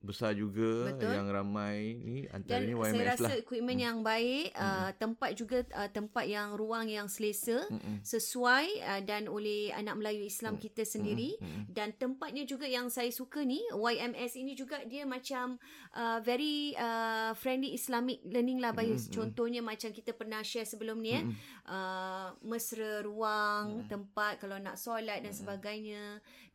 besar juga Betul. yang ramai ni Dan antaranya saya YMS rasa lah. equipment Mm. yang baik, uh, tempat juga uh, tempat yang ruang yang selesa, Mm-mm. sesuai uh, dan oleh anak Melayu Islam Mm. kita sendiri. Mm-mm. dan tempatnya juga yang saya suka ni YMS ini juga dia macam uh, very uh, friendly Islamic learning lah Bayus. Mm, mm. Contohnya macam kita pernah share sebelum ni eh Mm-mm. uh, mesra ruang, Mm. tempat kalau nak solat dan Mm. sebagainya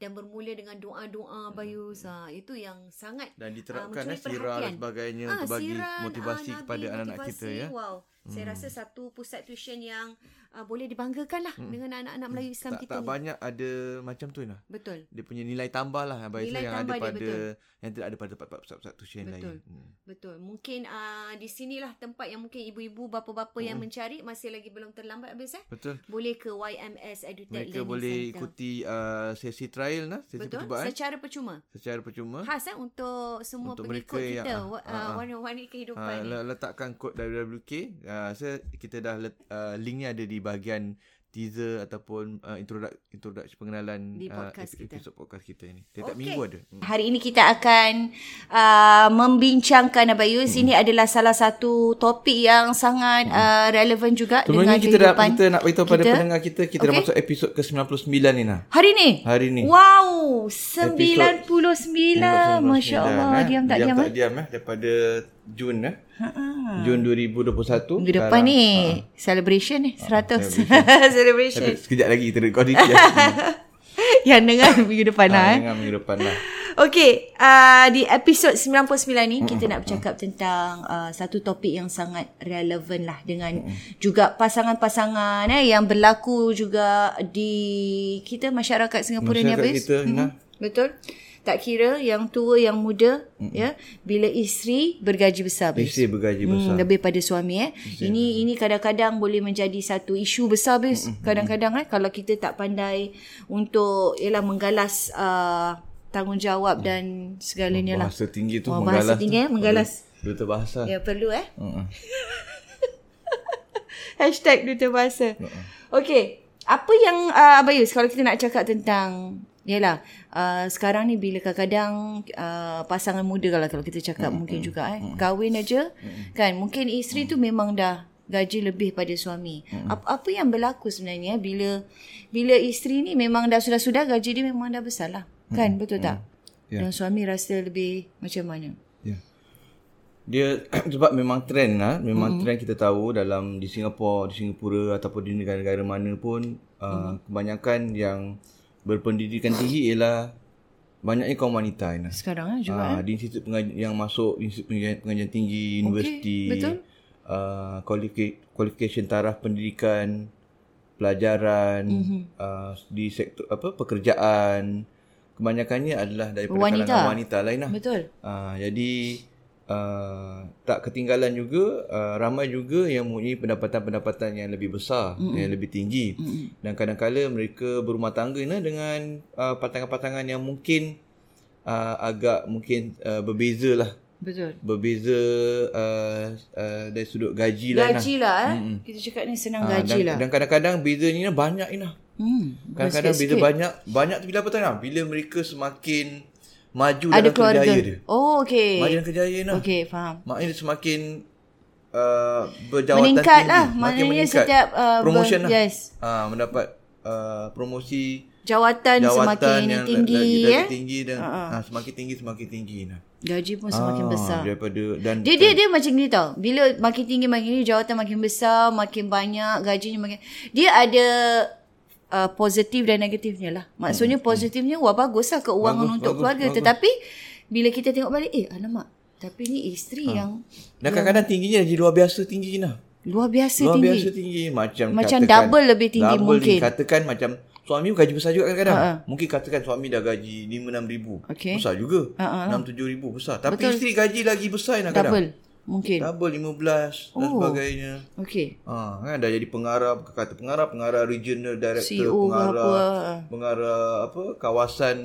dan bermula dengan doa-doa Mm, Bayus. Ha itu yang sangat Dan diterapkan Ah, uh, mencuri sirah dan perhatian. sebagainya Ah, untuk bagi siran, motivasi ah, kepada Nabi, anak-anak kita motivasi. ya. Wow. Saya Hmm. rasa satu pusat tuition yang uh, boleh dibanggakan lah Hmm. dengan anak-anak Melayu Islam Kan Tak, kita tak ni. banyak ada macam tu lah. Betul. Dia punya nilai tambah lah Abang Nilai Ismail yang ada tambah dia, pada betul. yang tidak ada pada pusat-pusat tuition Betul. lain. Hmm. Betul. Mungkin uh, di sinilah tempat yang mungkin ibu-ibu, bapa-bapa yang Mm-mm. mencari masih lagi belum terlambat habis eh. Betul. Boleh ke YMS Edutech Mereka Learning boleh Centre. ikuti uh, sesi trial lah, sesi Betul. percubaan Secara percuma. secara percuma. Ah, Khas eh, untuk semua Untuk pengikut mereka kita. yang- ah, wa- ah, Uh, ah. warna-warni kehidupan Ha, ni. le- letakkan kod WWK. Uh, saya kita dah let, uh, link ni ada di bahagian teaser ataupun uh, introduction introduction pengenalan Di ah, podcast epi- kita. episod podcast kita ni. Setiap Okey. minggu ada. Hmm. Hari ini kita akan uh, membincangkan Hmm. Abayus. Ini adalah salah satu topik yang sangat uh, relevan juga Sebenarnya dengan Hmm. kita dah kehidupan kita nak beritahu pada kita. pendengar kita kita okay. dah Okey. masuk episod ke-99 ni nah. Hari ni? Hari ni. Wow, 99. Masya Allah. eh. Diam tak diam, diam. tak eh? diam eh daripada Jun eh. Jun 2021. Minggu depan Sekarang- ni celebration ni Ha, 100 Tapi celebration sekejap lagi kita record ni. Ya. yang dengar minggu depan lah eh. Dengan minggu depan lah. Okey, uh, di episod 99 ni kita nak bercakap tentang uh, satu topik yang sangat relevan lah dengan juga pasangan-pasangan eh yang berlaku juga di kita masyarakat Singapura ni Masyarakat apa Mm-hmm. kita Nah. Betul? Tak kira yang tua yang muda ya bila isteri bergaji besar Bis. Isteri bergaji besar. Hmm, lebih pada suami eh. Ini ini kadang-kadang boleh menjadi satu isu besar bis. Kadang-kadang eh kalau kita tak pandai untuk ialah menggalas uh, tanggungjawab dan segalanya lah. Bahasa tinggi tu Wah, bahasa menggalas. tinggi, eh, menggalas. Duta, duta bahasa. Ya perlu eh. Mm-mm. Hashtag duta bahasa. Mm-mm. Okey. Apa yang uh, Abayus kalau kita nak cakap tentang Yalah, uh, sekarang ni bila kadang-kadang uh, pasangan muda kalau kalau kita cakap mungkin juga eh kahwin aja kan mungkin isteri tu memang dah gaji lebih pada suami. Apa apa yang berlaku sebenarnya eh, bila bila isteri ni memang dah sudah-sudah gaji dia memang dah besar lah. Kan betul tak? Ya. Dan suami rasa lebih macam mana? Ya. Dia sebab memang trend Hmm. lah, memang mm-hmm. trend kita tahu dalam di Singapura, di Singapura ataupun di negara-negara mana pun Hmm. uh, mm-hmm. kebanyakan yang berpendidikan tinggi ialah banyaknya kaum wanita Aina. Sekarang eh, juga Ah, di institut pengajian yang masuk institut pengajian, pengajian tinggi universiti. betul. Uh, qualification, qualification taraf pendidikan, pelajaran Mhm. mm-hmm. uh, di sektor apa pekerjaan kebanyakannya adalah daripada Wanita. kalangan wanita lain lah. Betul. Uh, jadi uh, tak ketinggalan juga uh, ramai juga yang mempunyai pendapatan-pendapatan yang lebih besar, mm yang lebih tinggi. mm Dan kadang-kala mereka berumah tangga nah, dengan uh, patangan-patangan yang mungkin uh, agak mungkin uh, berbeza lah. Betul. Berbeza uh, uh, dari sudut gaji lah. Gaji lah eh. Kita cakap ni senang Ah, gaji dan, lah. Dan kadang-kadang bezanya Ina, banyak Ina. Hmm. Kadang-kadang beza banyak. Banyak tu bila apa tahu Ina? Bila mereka semakin maju Ada dalam keluarga. kerjaya dia. Oh, Maju okey. dalam kerjaya Ina. Okey, faham. Maknanya dia semakin uh, berjawatan Meningkat tinggi. lah. Makin Maknanya meningkat. setiap... Uh, ber- promotion lah. Yes. Ah, mendapat uh, promosi Jawatan, jawatan semakin yang tinggi lagi, ya. lagi tinggi dan uh-huh. ah, semakin tinggi semakin tinggi nah. Gaji pun semakin Ah, besar. daripada dan Dia dia dia macam ni tau. Bila makin tinggi makin tinggi jawatan makin besar, makin banyak gajinya makin dia ada uh, positif dan negatifnya lah. Maksudnya positifnya wah baguslah keuangan Hmm, Bagus, untuk bagus, keluarga bagus. tetapi bila kita tengok balik eh alamak tapi ni isteri Ah. yang dan kadang-kadang tingginya jadi luar biasa tinggi nah. luar biasa hmm. Luar tinggi. biasa tinggi macam Macam katakan, double lebih tinggi double mungkin. Ah, Tinggi. Katakan macam suami pun gaji besar juga kadang-kadang. Uh-huh. Mungkin katakan suami dah gaji 5-6 ribu. Okey. Besar juga. Ah, Uh-huh. 6-7 ribu besar. Tapi Betul. isteri gaji lagi besar kadang-kadang. Double mungkin. Double 15 dan Oh. sebagainya. Okey. Ha, kan dah jadi pengarah, kata pengarah, pengarah regional director, CEO E ke pengarah, apa. ha. pengarah apa kawasan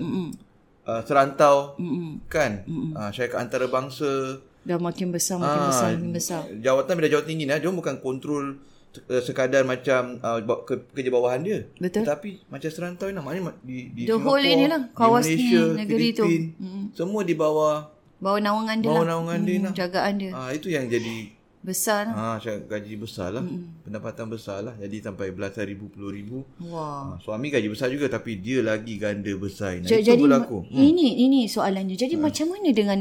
uh, serantau, Mm-mm. kan? Ha, syarikat antarabangsa. Dah makin besar makin Ah, besar makin besar. Jawatan bila jawatan tinggi nah, dia orang bukan kontrol uh, sekadar macam uh, ba- ke, kerja bawahan dia. Betul. Tetapi macam serantau ni maknanya ma- di di The whole Singapura, inilah, kawasan di Malaysia, negeri tu. Filipin, Semua di bawah Bawa naungan dia bawah lah. naungan dia nah. Jagaan dia. Ha, itu yang jadi Besar lah. Ha, macam gaji besar lah. Mm-hmm. Pendapatan besar lah. Jadi sampai belasan ribu, puluh ribu. Wah. Ha, suami gaji besar juga tapi dia lagi ganda besar. Nah, Ja- itu jadi berlaku. ma- ini ini soalannya. Jadi Ah. macam mana dengan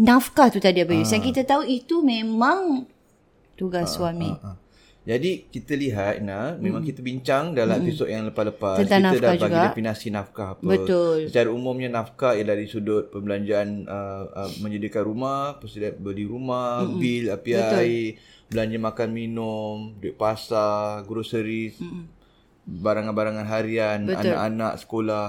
nafkah tu tadi Abayus? Yang kita tahu itu memang tugas suami. Ha. Jadi kita lihat Ina, memang kita bincang dalam episod yang lepas-lepas Hmm. Tentang kita dah nafkah bagi juga. definasi nafkah apa. Betul. Secara umumnya nafkah ialah dari sudut perbelanjaan uh, uh, menyediakan rumah, persediaan beli rumah, Hmm, mm bil, api air, belanja makan minum, duit pasar, groceries, barangan-barangan harian, Hmm, Betul. anak-anak sekolah.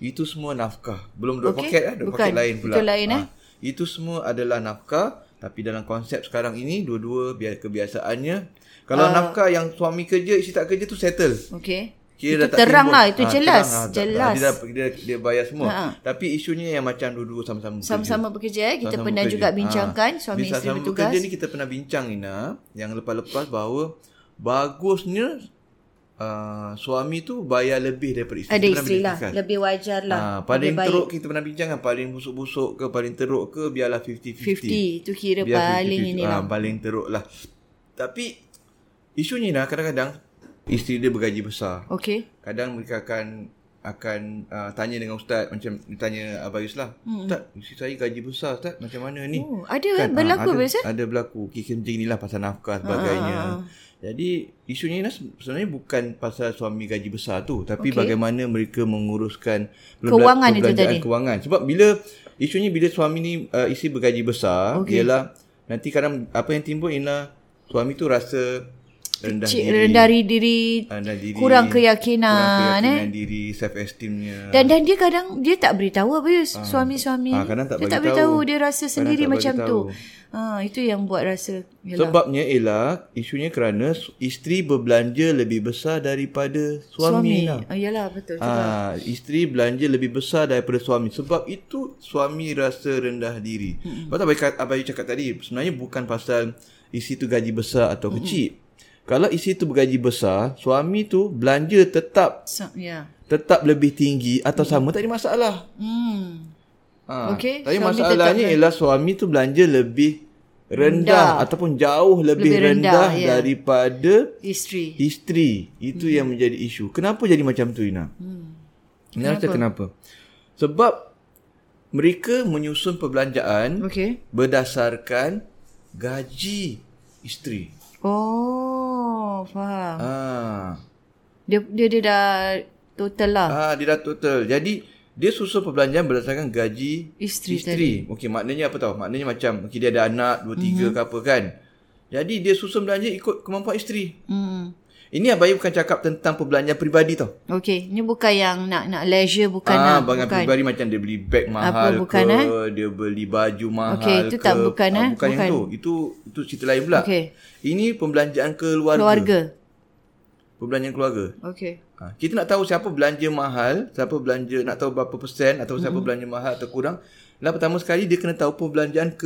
Itu semua nafkah. Belum duit Okey, poket eh, duit bukan. poket lain pula. Itu lain, eh. Ah, itu semua adalah nafkah tapi dalam konsep sekarang ini dua-dua biar kebiasaannya kalau Ah. uh, nafkah yang suami kerja isteri tak kerja tu settle. Okey. Itu Kira terang timbul. Ah, lah, itu jelas, tak- jelas. Dia, dah, dia, dia bayar semua. Ha. Tapi isunya yang macam dua-dua sama-sama. bekerja. Sama-sama bekerja eh. Kita Sama-sama pernah bekerja. juga bincangkan Ha. suami Bila isteri sama-sama bertugas. Bekerja ni kita pernah bincang Ina yang lepas-lepas bahawa bagusnya uh, suami tu bayar lebih daripada isteri. Ada Kita pernah isteri lah. bincangkan. Lebih wajar lah. Ha, paling teruk kita pernah bincang kan paling busuk-busuk ke paling teruk ke biarlah 50-50. 50. Itu kira Biar paling 50-50. ini lah. Ah, paling teruk lah. Tapi isunya lah kadang-kadang isteri dia bergaji besar. Okey. Kadang mereka akan akan uh, tanya dengan ustaz macam dia tanya Abang Yus lah. Hmm. Ustaz, isteri saya gaji besar ustaz. Macam mana ni? Oh, ada eh, ah, berlaku ada, biasa? Ah, Ada berlaku. Kira macam inilah pasal nafkah sebagainya. Jadi isunya ni sebenarnya bukan pasal suami gaji besar tu tapi Okey. okay. bagaimana mereka menguruskan perbela- Kewangan itu perbelanjaan tadi. kewangan. Sebab bila isunya bila suami ni uh, isteri bergaji besar okay. ialah nanti kadang apa yang timbul ialah suami tu rasa rendah Cik diri, rendah diri, diri rendah Ah, diri kurang kurang keyakinan eh. keyakinan diri, self esteemnya. Dan dan dia kadang dia tak beritahu Abayus suami-suami. Ah, ni. kadang tak dia tak bagi beritahu tahu. dia rasa Kadang sendiri tak bagi macam tu. tahu. Ha, itu yang buat rasa ya lah. yalah. Sebabnya ialah isunya kerana su- isteri berbelanja lebih besar daripada suami. lah. Oh, yalah betul juga. Ah, isteri belanja lebih besar daripada suami sebab itu suami rasa rendah diri. Hmm. Sebab tu abai kat- abai cakap tadi sebenarnya bukan pasal isteri tu gaji besar atau kecil. Kalau isteri tu bergaji besar, suami tu belanja tetap So, ya. tetap lebih tinggi atau sama tak ada masalah. Hmm. Ha. Okey, Tapi suami masalahnya ialah suami tu belanja lebih rendah, rendah. ataupun jauh lebih, Lebih lebih rendah, rendah, ya. daripada Ya. Isteri. isteri. Itu yang menjadi isu. Kenapa jadi macam tu Ina? Hmm. Ina rasa kenapa? Sebab mereka menyusun perbelanjaan Okey. berdasarkan gaji isteri. Oh, faham. Ah. Dia dia dia dah total lah. Ah, dia dah total. Jadi dia susun perbelanjaan berdasarkan gaji Isteri isteri. Okey, maknanya apa tahu? Maknanya macam okey dia ada anak 2 3 Mhm. mm-hmm. ke apa kan. Jadi dia susun belanja ikut kemampuan isteri. Hmm. Ini abai bukan cakap tentang perbelanjaan peribadi tau. Okey, ni bukan yang nak nak leisure bukan ah, ah, barang bukan. peribadi macam dia beli beg mahal bukan, ke, eh? dia beli baju mahal Okey, itu ke. Ah, tak bukan, eh? bukan, yang Bukan. tu. Itu itu cerita lain pula. Okey. Ini pembelanjaan keluarga. Keluarga. Perbelanjaan keluarga. Okey. Ha, kita nak tahu siapa belanja mahal, siapa belanja nak tahu berapa persen atau Mhm. siapa mm-hmm. belanja mahal atau kurang. Lah pertama sekali dia kena tahu perbelanjaan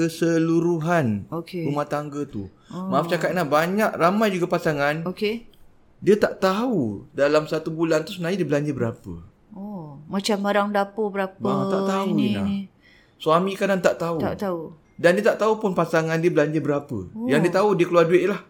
keseluruhan Okey. rumah tangga tu. Oh. Maaf cakap nak banyak ramai juga pasangan Okey. dia tak tahu dalam satu bulan tu sebenarnya dia belanja berapa. Oh, macam barang dapur berapa Bah, tak tahu ini, Nina. ini. Suami kadang tak tahu. Tak tahu. Dan dia tak tahu pun pasangan dia belanja berapa. Oh. Yang dia tahu dia keluar duit lah.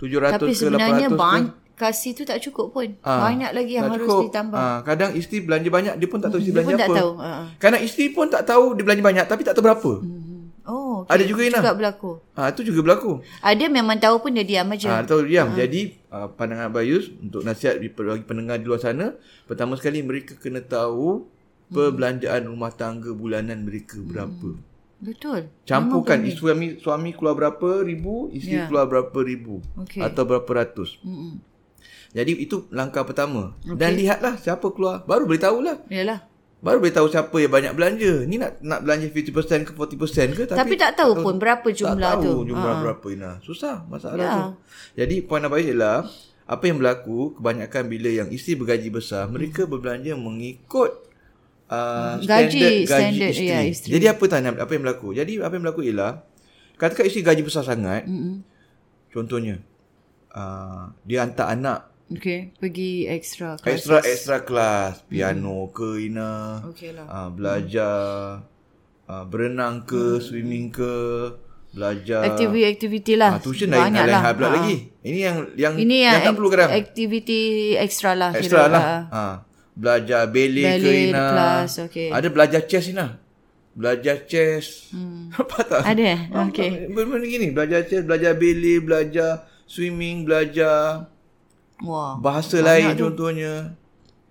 700 Tapi ke 800 sebenarnya ke. bang kasih tu tak cukup pun. Ah, Banyak lagi yang tak harus cukup. ditambah. Ah, kadang isteri belanja banyak dia pun tak tahu isteri Dia belanja pun apa. tak tahu. Ha, ha. Kadang isteri pun tak tahu dia belanja banyak tapi tak tahu berapa. Mhm. Oh, okey. Ada juga, Ina. Juga berlaku. Ah itu juga berlaku. Ada memang tahu pun dia diam Ah aja. tahu diam. Jadi ah, pandangan Abayus untuk nasihat di- bagi pendengar di luar sana, pertama sekali mereka kena tahu Hmm. perbelanjaan rumah tangga bulanan mereka berapa. Betul. Ya. Campurkan isteri suami suami keluar berapa ribu, isteri keluar berapa ribu Okey. atau berapa ratus. Mm-mm. Jadi itu langkah pertama. Dan lihatlah siapa keluar. Baru boleh tahulah. Yalah. Baru boleh tahu siapa yang banyak belanja. Ni nak nak belanja 50% ke 40% ke Tapi, tak tahu pun berapa jumlah tak tu. Ha. Ya. tahu jumlah berapa Ina. Susah masalah tu. Jadi poin apa ialah apa yang berlaku kebanyakan bila yang isteri bergaji besar, mereka berbelanja mengikut uh, Hmm. Gaji, standard gaji standard, isteri. ya, isteri. Jadi apa tanya apa yang berlaku? Jadi apa yang berlaku ialah katakan isteri gaji besar sangat, Mm-mm. contohnya uh, dia hantar anak Okey, pergi extra kelas. ekstra ekstra kelas piano ke Ina. Okey lah. Ah, belajar Mm. ah, berenang ke, swimming ke, belajar Aktiviti-aktiviti lah. Ah, tuition lain lain hal pula Ah. lagi. Ini yang yang Ini yang tak perlu kadang. aktiviti ekstra lah. Ah. Extra kira. lah. Ah. Ha. Belajar ballet, ke Ballet, Ina. kelas, okey. Ada belajar chess Ina. Belajar chess. Hmm. Apa tak? Ada eh? Okey. Benda-benda gini. Belajar chess, belajar ballet, belajar swimming, belajar Wah. bahasa lain contohnya.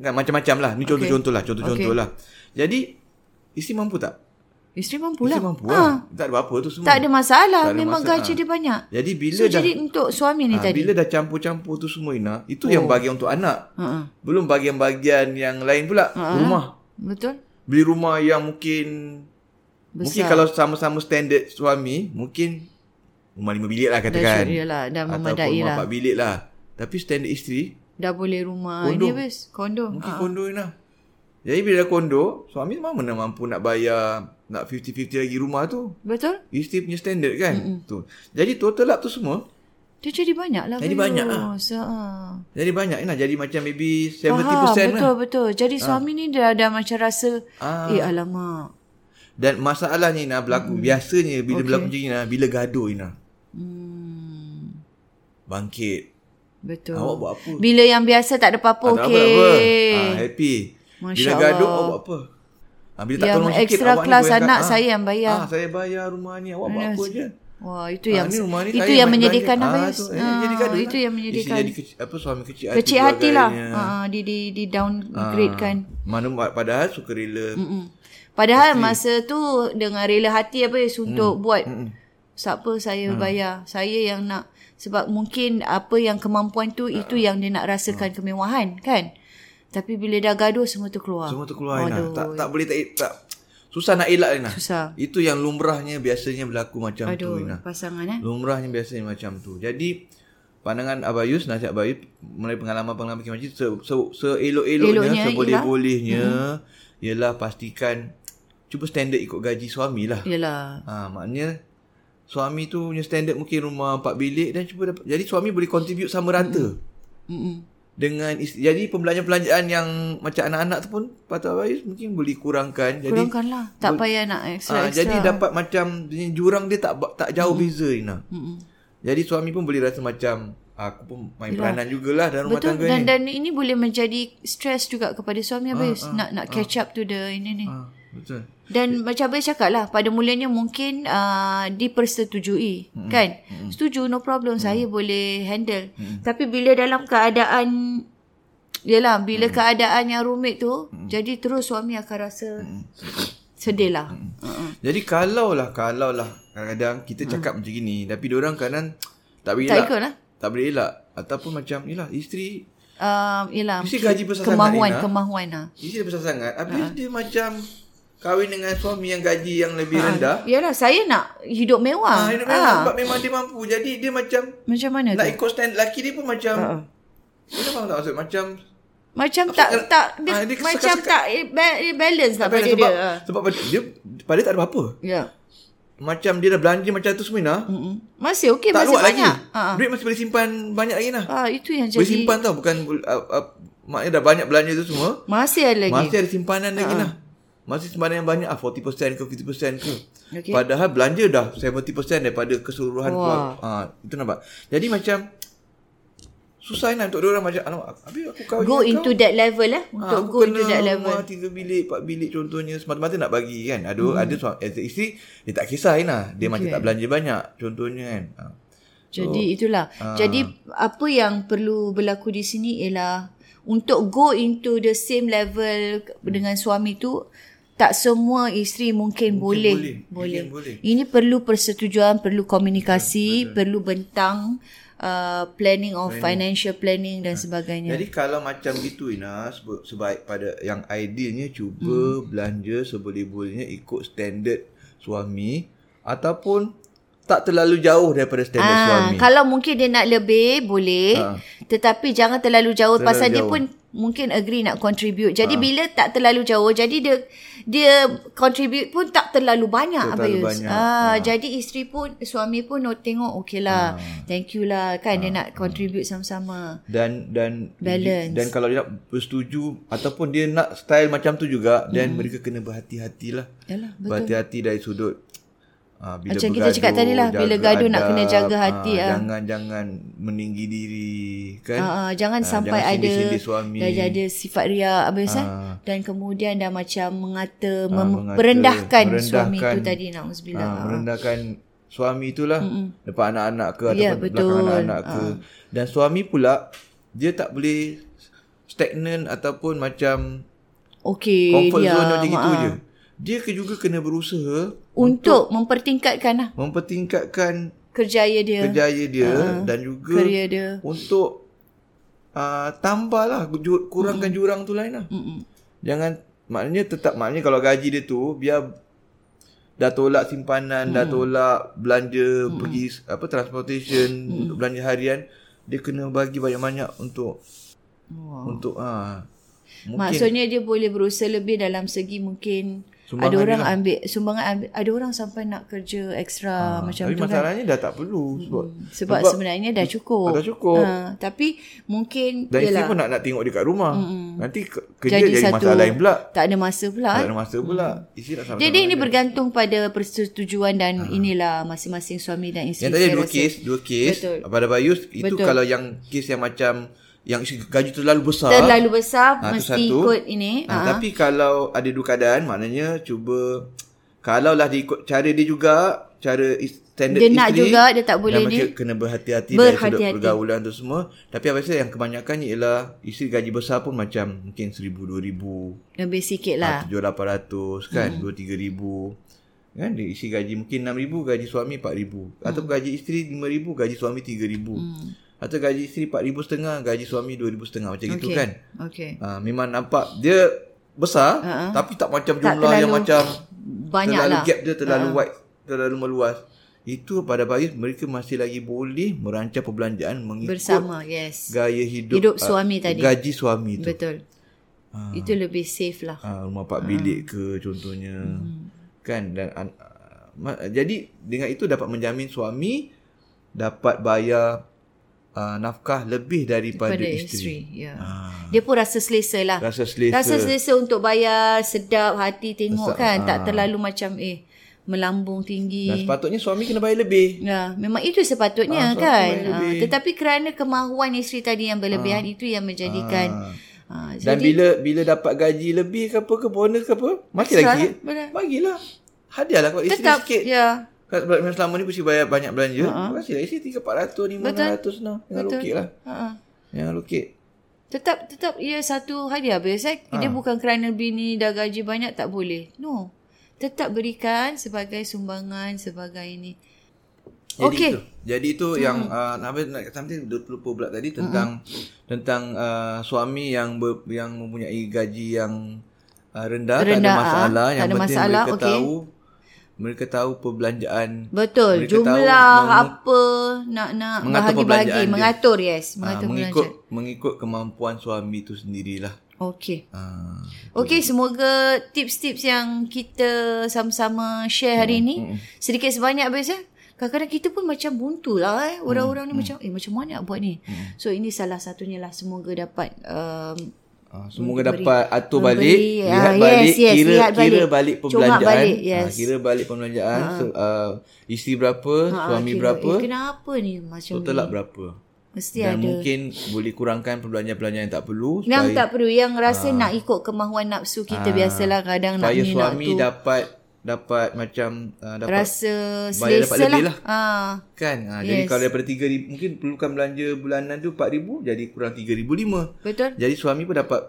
Kan macam-macam lah. Ni contoh-contoh lah. Contoh-contoh lah. Jadi, isteri mampu tak? Isteri mampu lah. Isteri mampu lah. Tak ada apa-apa tu semua. Tak ada masalah. Tak ada Memang masalah. gaji dia banyak. Jadi, bila So, dah jadi untuk suami ni ha, tadi. Oh. bila dah campur-campur tu semua Ina, itu yang bagi untuk anak. Ha-ha. Belum bahagian-bahagian yang lain pula. Ha. Rumah. Betul? Beli rumah yang mungkin mungkin Besar. kalau sama-sama standard suami, mungkin rumah lima bilik lah Dahsyat katakan. dia lah. Dah Ataupun memadai rumah lah. empat bilik lah. Tapi standard isteri, Dah boleh rumah. Kondo. Ini wis. Kondo. mungkin kondo Ina. Jadi bila dah kondo, suami mana mana mampu nak bayar nak 50-50 lagi rumah tu. Betul? Isteri punya standard kan. Tu. Jadi total up tu semua Dia jadi banyak lah. Jadi Firoz. banyak lah. So, ah. jadi banyak Ina. Jadi macam maybe 70% Faham, lah. betul, betul. Jadi suami ni dia ada macam rasa, Ah. eh alamak. Dan masalahnya Ina berlaku. Biasanya bila berlaku macam ni Ina, bila gaduh Ina. Hmm, Oh. Bangkit. betul. Awak buat apa? Bila yang biasa tak ada apa-apa, Tak okey. apa, apa. Ha, happy. Masya bila gaduh, Allah. awak buat apa? Ha, bila tak Yang tolong sikit, extra awak ni kelas bayarkan. anak, Ah, saya yang bayar. Ah, saya bayar rumah ni. Awak buat apa je? Wah, itu Ah, yang ni rumah ni itu saya yang main menjadikan apa belanja. Ah, ya? tu, eh, Ah, jadi gaduh itu lah. yang menjadikan Isteri jadi kecil, apa, suami kecil hati. kecil hati lah. keluarganya. Ah, di di di downgrade Ah. kan. Mana padahal suka rela. Mm. Padahal masa tu dengan rela hati apa ya Hmm. untuk buat siapa saya bayar. Saya yang nak sebab mungkin apa yang kemampuan tu Hmm. itu yang dia nak rasakan kemewahan kan. Tapi bila dah gaduh semua tu keluar. Semua tu keluar Ina. Tak, tak boleh tak, tak. Susah nak elak Ina. Susah. Itu yang lumrahnya biasanya berlaku macam Aduh, tu Ina. pasangan eh. Lumrahnya biasanya macam tu. Jadi pandangan Abayus, nasihat Abayus melalui pengalaman-pengalaman kita macam se, se, Eloknya, Hmm. seelok-eloknya, seboleh-bolehnya ialah pastikan cuba standard ikut gaji suami lah. Yalah. Ha, maknanya suami tu punya standard mungkin rumah empat bilik dan cuba dapat. Jadi suami boleh contribute sama rata. Hmm. Mm-mm. Dengan isteri. Jadi pembelanjaan-pembelanjaan yang macam anak-anak tu pun patut Abayus mungkin boleh kurangkan. Jadi Kurangkanlah. Tak payah nak extra. ha, jadi dapat macam jurang dia tak ba- tak jauh hmm. beza Ina. Mm-mm. Jadi suami pun boleh rasa macam "Ah, aku pun main peranan jugalah dalam rumah Betul tangga dan ni. dan ini Ah, boleh menjadi stres juga kepada suami habis nak nak catch up to the ini ni. Ha, betul. Dan macam Abang cakap lah, pada mulanya mungkin uh, dipersetujui, mm-hmm. kan? Mm-hmm. Setuju, no problem. Mm-hmm. Saya boleh handle. Mm-hmm. Tapi bila dalam keadaan, yelah, bila mm-hmm. keadaan yang rumit tu, mm-hmm. jadi terus suami akan rasa mm-hmm. sedih lah. Mm-hmm. Mm-hmm. Jadi kalaulah, kalaulah kadang-kadang kita cakap mm-hmm. macam gini, tapi diorang kadang tak boleh Hmm. Tak elak. ikut lah. Tak boleh elak. Ataupun macam, yelah, isteri Uh, yelah, Mesti gaji besar sangat, kemahuan, Rina. kemahuan lah. Isteri besar sangat Habis Ah. dia macam Kahwin dengan suami yang gaji yang lebih Ah. rendah Yelah, saya nak hidup mewah. Ah. ha, dia memang, Sebab memang dia mampu Jadi dia macam Macam mana Nak tu? ikut stand Lelaki dia pun macam Ah. Kita faham tak maksud Macam Macam tak Apa- tak dia, Ah, dia macam sekat-sekat. tak eh, ba- eh, balance tak pada sebab, dia. Ah. sebab pada dia Pada dia tak ada apa-apa Ya. Macam dia dah belanja macam tu semua Nah Mm-mm. Masih okey Tak masih luat lagi banyak. Ah, ah. Duit masih boleh simpan Banyak lagi Nah Ah itu yang Boleh jadi simpan tau Bukan uh, uh, Maknanya dah banyak belanja tu semua masih ada lagi. Masih ada simpanan lagi lah. Masih simpanan yang banyak ah 40% ke 50% ke. Okey. Okay. Padahal belanja dah 70% daripada keseluruhan Wah. keluar. Ha, itu nampak. Jadi macam susah lah untuk orang macam alamak habis aku kahwin Go dengan into kau. that level lah Ah, untuk aku go kena into that level. rumah tiga bilik, empat bilik contohnya semata-mata nak bagi kan. Ada hmm. ada suami eh, isteri dia tak kisah Aina. Dia okay. macam tak belanja banyak contohnya kan. Ha. Jadi Oh. itulah. Ah. Jadi apa yang perlu berlaku di sini ialah untuk go into the same level dengan suami tu tak semua isteri mungkin, mungkin boleh boleh. boleh. Mungkin boleh. Ini perlu persetujuan, perlu komunikasi, perlu bentang uh, planning of financial planning dan sebagainya. Jadi kalau macam gitu Ina sebe- sebaik pada yang idealnya cuba hmm. belanja seboleh-bolehnya ikut standard suami ataupun tak terlalu jauh daripada standard Ah, suami. Ah. Kalau mungkin dia nak lebih boleh, ha. tetapi jangan terlalu jauh terlalu pasal jauh. dia jauh. Ah. pun mungkin agree nak contribute. Jadi ha. bila tak terlalu jauh, jadi dia dia contribute pun tak terlalu banyak Tak Abang terlalu Yus. banyak. Ah, jadi isteri pun suami pun no tengok Ah. okeylah. Ha. Thank you lah kan ha. dia nak contribute sama-sama. dan dan Balance. dan kalau dia nak bersetuju ataupun dia nak style macam tu juga dan Hmm. mereka kena berhati-hatilah. Yalah, betul. Berhati-hati dari sudut ah, bila Macam kita cakap tadi lah, bila gaduh nak kena jaga hati, ah. ah, Jangan jangan meninggi diri kan. Ah, ah, jangan Ah, sampai jangan ada sindir-sindir suami. dah ada sifat ria abis kan Ah. dan kemudian dah macam mengata, Ah, mem- mengata, merendahkan, suami tu merendahkan. tadi nauzubillah. Ha, merendahkan suami itulah mm depan anak-anak ke Ya, ataupun belakang betul. anak-anak ke. Dan suami pula dia tak boleh stagnan ataupun macam Okey comfort dia. zone macam Eh, itu ah. je. Dia ke- juga kena berusaha untuk mempertingkatkan lah mempertingkatkan kerjaya dia, kerjaya dia Ah. dan juga kerja dia. untuk uh, tambahlah ju- kurangkan Hmm. jurang tu lain lah. Mm-mm. Jangan maknanya tetap maknanya kalau gaji dia tu biar dah tolak simpanan, Hmm. dah tolak belanja pergi s- apa transportation, untuk Hmm. belanja harian, dia kena bagi banyak-banyak untuk Wah. untuk ha. Mungkin Maksudnya dia boleh berusaha lebih dalam segi mungkin Sumbangan ada dia lah. orang ambil sumbangan ambil, ada orang sampai nak kerja ekstra macam macam Ah, tapi tu kan. masalahnya dah tak perlu sebab Sebab, sebab- sebenarnya dah cukup. dah cukup. Ha, tapi mungkin dan isteri yelah, Hmm. pun nak nak tengok dia kat rumah. Nanti ke- kerja jadi jadi, satu masalah lain pula. Tak ada masa pula. Tak ada masa pula. Isteri nak sama-sama. Jadi ini bergantung pada persetujuan dan inilah masing-masing suami dan isteri. Yang tadi saya dua rasa. kes, dua kes. Betul. Pada Bayus itu Betul. kalau yang kes yang macam yang isi- gaji terlalu besar. Terlalu besar Ah, tu mesti satu. ikut ini. Ha, Ah. Tapi kalau ada dua keadaan, maknanya cuba kalaulah dia ikut cara dia juga, cara is- standard Dia isteri. nak juga, dia tak boleh dan ni. macam kena berhati-hati dari sudut Berhati-hati. pergaulan tu semua. Tapi apa saya yang kebanyakannya ialah isteri gaji besar pun macam mungkin seribu, dua ribu, Lebih sikit lah. tujuh, lapan ratus kan, Hmm. dua, tiga ribu. Kan dia isi gaji mungkin enam ribu, gaji suami empat ribu. Hmm. Atau gaji isteri lima ribu, gaji suami tiga ribu. Atau gaji isteri empat ribu setengah, gaji suami dua ribu setengah. Macam gitu kan. Okay. Uh, memang nampak dia besar uh-huh. tapi tak macam jumlah terlalu- yang macam Banyak terlalu lah. gap dia terlalu uh-huh. wide, terlalu meluas. Itu pada bayi mereka masih lagi boleh merancang perbelanjaan mengikut Bersama, yes. gaya hidup Hidup ah, suami tadi. Gaji suami tu. Betul. Ah. Itu lebih safe lah. Ah, rumah empat bilik ke contohnya. Hmm. Kan dan an, ah, ma- jadi dengan itu dapat menjamin suami dapat bayar uh, nafkah lebih daripada Pada isteri. isteri. isteri. Ya. Ah. Dia pun rasa selesa lah. Rasa selesa. Rasa selesa untuk bayar, sedap hati tengok Sedap, kan. Tak terlalu macam eh melambung tinggi. Dan sepatutnya suami kena bayar lebih. Ya, memang itu sepatutnya ha, Ah, sebab kan. kemarin Ha, lebih- Ah. tetapi kerana kemahuan isteri tadi yang berlebihan ha. itu yang menjadikan ha. Ha, Dan jadi, bila bila dapat gaji lebih ke apa ke bonus ke apa, makin Extra lagi. lah, benar. Bagilah. Hadiahlah kat isteri tetap, sikit. ya. Kat- Sebab selama ni mesti bayar banyak belanja. Uh-huh. Kasihlah isteri 300 ni 500 lah. Jangan lokek lah. Ha. Jangan lokek. Tetap tetap ia satu hadiah biasa. Ha. Ah. Dia bukan kerana bini dah gaji banyak tak boleh. No. Tetap berikan sebagai sumbangan sebagai ini. Jadi Okey. itu. Jadi itu hmm. yang uh, apa nak kata tadi dia lupa pula tadi tentang Hmm. tentang uh, suami yang ber, yang mempunyai gaji yang uh, rendah, tak ada Rendah, ah. masalah yang Tak ada penting masalah, mereka okey. tahu mereka tahu perbelanjaan Betul. Mereka Mereka jumlah tahu meng- apa nak nak mengatur bahagi-bahagi, perbelanjaan dia. mengatur yes, uh, mengatur mengikut perbelanjaan. mengikut kemampuan suami itu sendirilah. Okey. Uh, Okey, semoga tips-tips yang kita sama-sama share Hmm, hari ini sedikit sebanyak biasa. Kadang-kadang kita pun macam buntu lah eh. Orang-orang ni Hmm, macam, eh macam mana nak buat ni? So, ini salah satunya lah. Semoga dapat um, Uh, semoga dapat atur balik, Memberi, ah, lihat yes, balik, yes, kira lihat balik. kira balik Comak perbelanjaan, balik, Ah, yes. Ah. kira balik perbelanjaan, so, uh, isteri berapa, suami kira, berapa, Eh, kenapa ni macam total lah berapa. Mesti Dan ada. mungkin boleh kurangkan perbelanjaan-perbelanjaan yang tak perlu Yang supaya, Ah. tak perlu. Yang rasa nak ikut kemahuan nafsu kita biasalah. Kadang nak supaya ni nak suami tu. dapat dapat macam uh, dapat Rasa bayar dapat selesa lebih lah. lah. Ha. kan. Uh, Jadi Yes. kalau daripada 3000 mungkin perlukan belanja bulanan tu 4000 jadi kurang 3005. Betul? Jadi suami pun dapat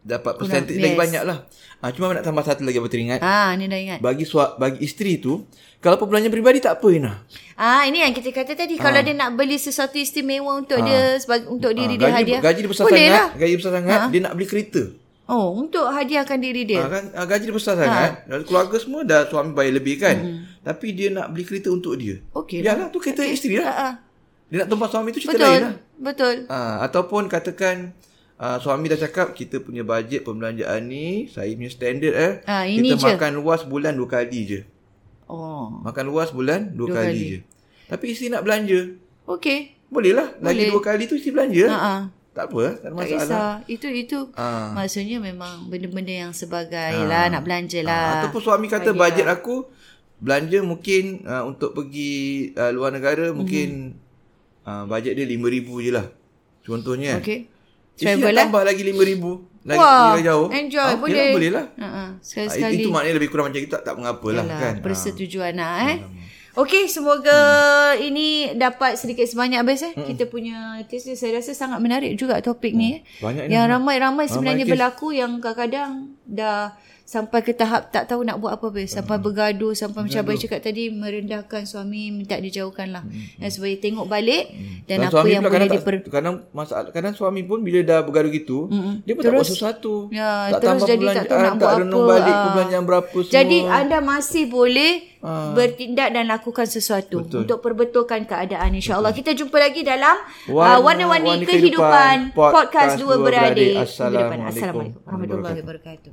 dapat percentage yes. lagi banyak lah. Ah, cuma nak tambah satu lagi apa teringat. Ha, ni dah ingat. bagi sua, bagi isteri tu kalau perbelanjaan peribadi tak apa Ina. Ah ini yang kita kata tadi Ah. kalau dia nak beli sesuatu istimewa untuk dia sebagai untuk diri dia gaji, hadiah. gaji dia besar boleh sangat, Lah. gaji besar sangat, dia nak beli kereta. Oh, untuk hadiahkan diri dia. Ha, kan ha, gaji dia besar sangat, dan keluarga semua dah suami bayar lebih kan. Tapi dia nak beli kereta untuk dia. Hmm. Okey lah. Yalah tu kereta isteri lah. Ha. Dia nak tempat suami tu cerita Betul. Ya, lain lah. Betul. Ha, ataupun katakan Uh, suami dah cakap kita punya bajet perbelanjaan ni saya punya standard eh Ah, ini kita je. makan luas bulan dua kali je Oh. makan luas bulan Dua dua, kali, kali. je tapi isteri nak belanja Okey. boleh lah lagi Boleh. dua kali tu isteri belanja Ha lah. ah. Tak apa, tak ada Tak masalah. kisah. Itu itu Ah. maksudnya memang benda-benda yang sebagai lah nak belanja lah. Ah, ataupun suami kata bajet aku belanja mungkin uh, untuk pergi uh, luar negara mungkin uh, bajet dia RM5,000 je lah. Contohnya kan. Mhm. Okey. Isteri Travel nak lah. tambah lagi RM5,000. Lagi Wah, lagi jauh. enjoy, Ah, boleh. yelah, boleh lah. Ha ah. Ah, Sekali-sekali. Itu maknanya lebih kurang macam itu tak, tak mengapa lah Yalah, kan. Persetujuan lah eh. Okey, semoga Hmm. ini dapat sedikit sebanyak best eh. Kita punya tips ni saya rasa sangat menarik juga topik ni eh. Banyak ni. Yang ramai-ramai Hmm. Ramai sebenarnya kes. berlaku yang kadang-kadang dah sampai ke tahap tak tahu nak buat apa Hmm. best. Sampai bergaduh, sampai macam abang cakap tadi merendahkan suami minta dijauhkan lah. Dan supaya tengok balik dan, apa Hmm. suami yang pula boleh kadang diper... tak, kadang masalah kadang suami pun bila dah bergaduh gitu dia pun tak buat sesuatu Ya, tak terus tambah jadi tak tahu nak perbelanjaan, buat renung apa, balik ah. perbelanjaan berapa semua Jadi anda masih boleh bertindak dan lakukan sesuatu Ah. Betul. untuk perbetulkan keadaan insya-Allah. Kita jumpa lagi dalam Warna, uh, warna-warni kehidupan, podcast dua beradik. Minggu depan. Assalamualaikum Assalamualaikum warahmatullahi wabarakatuh.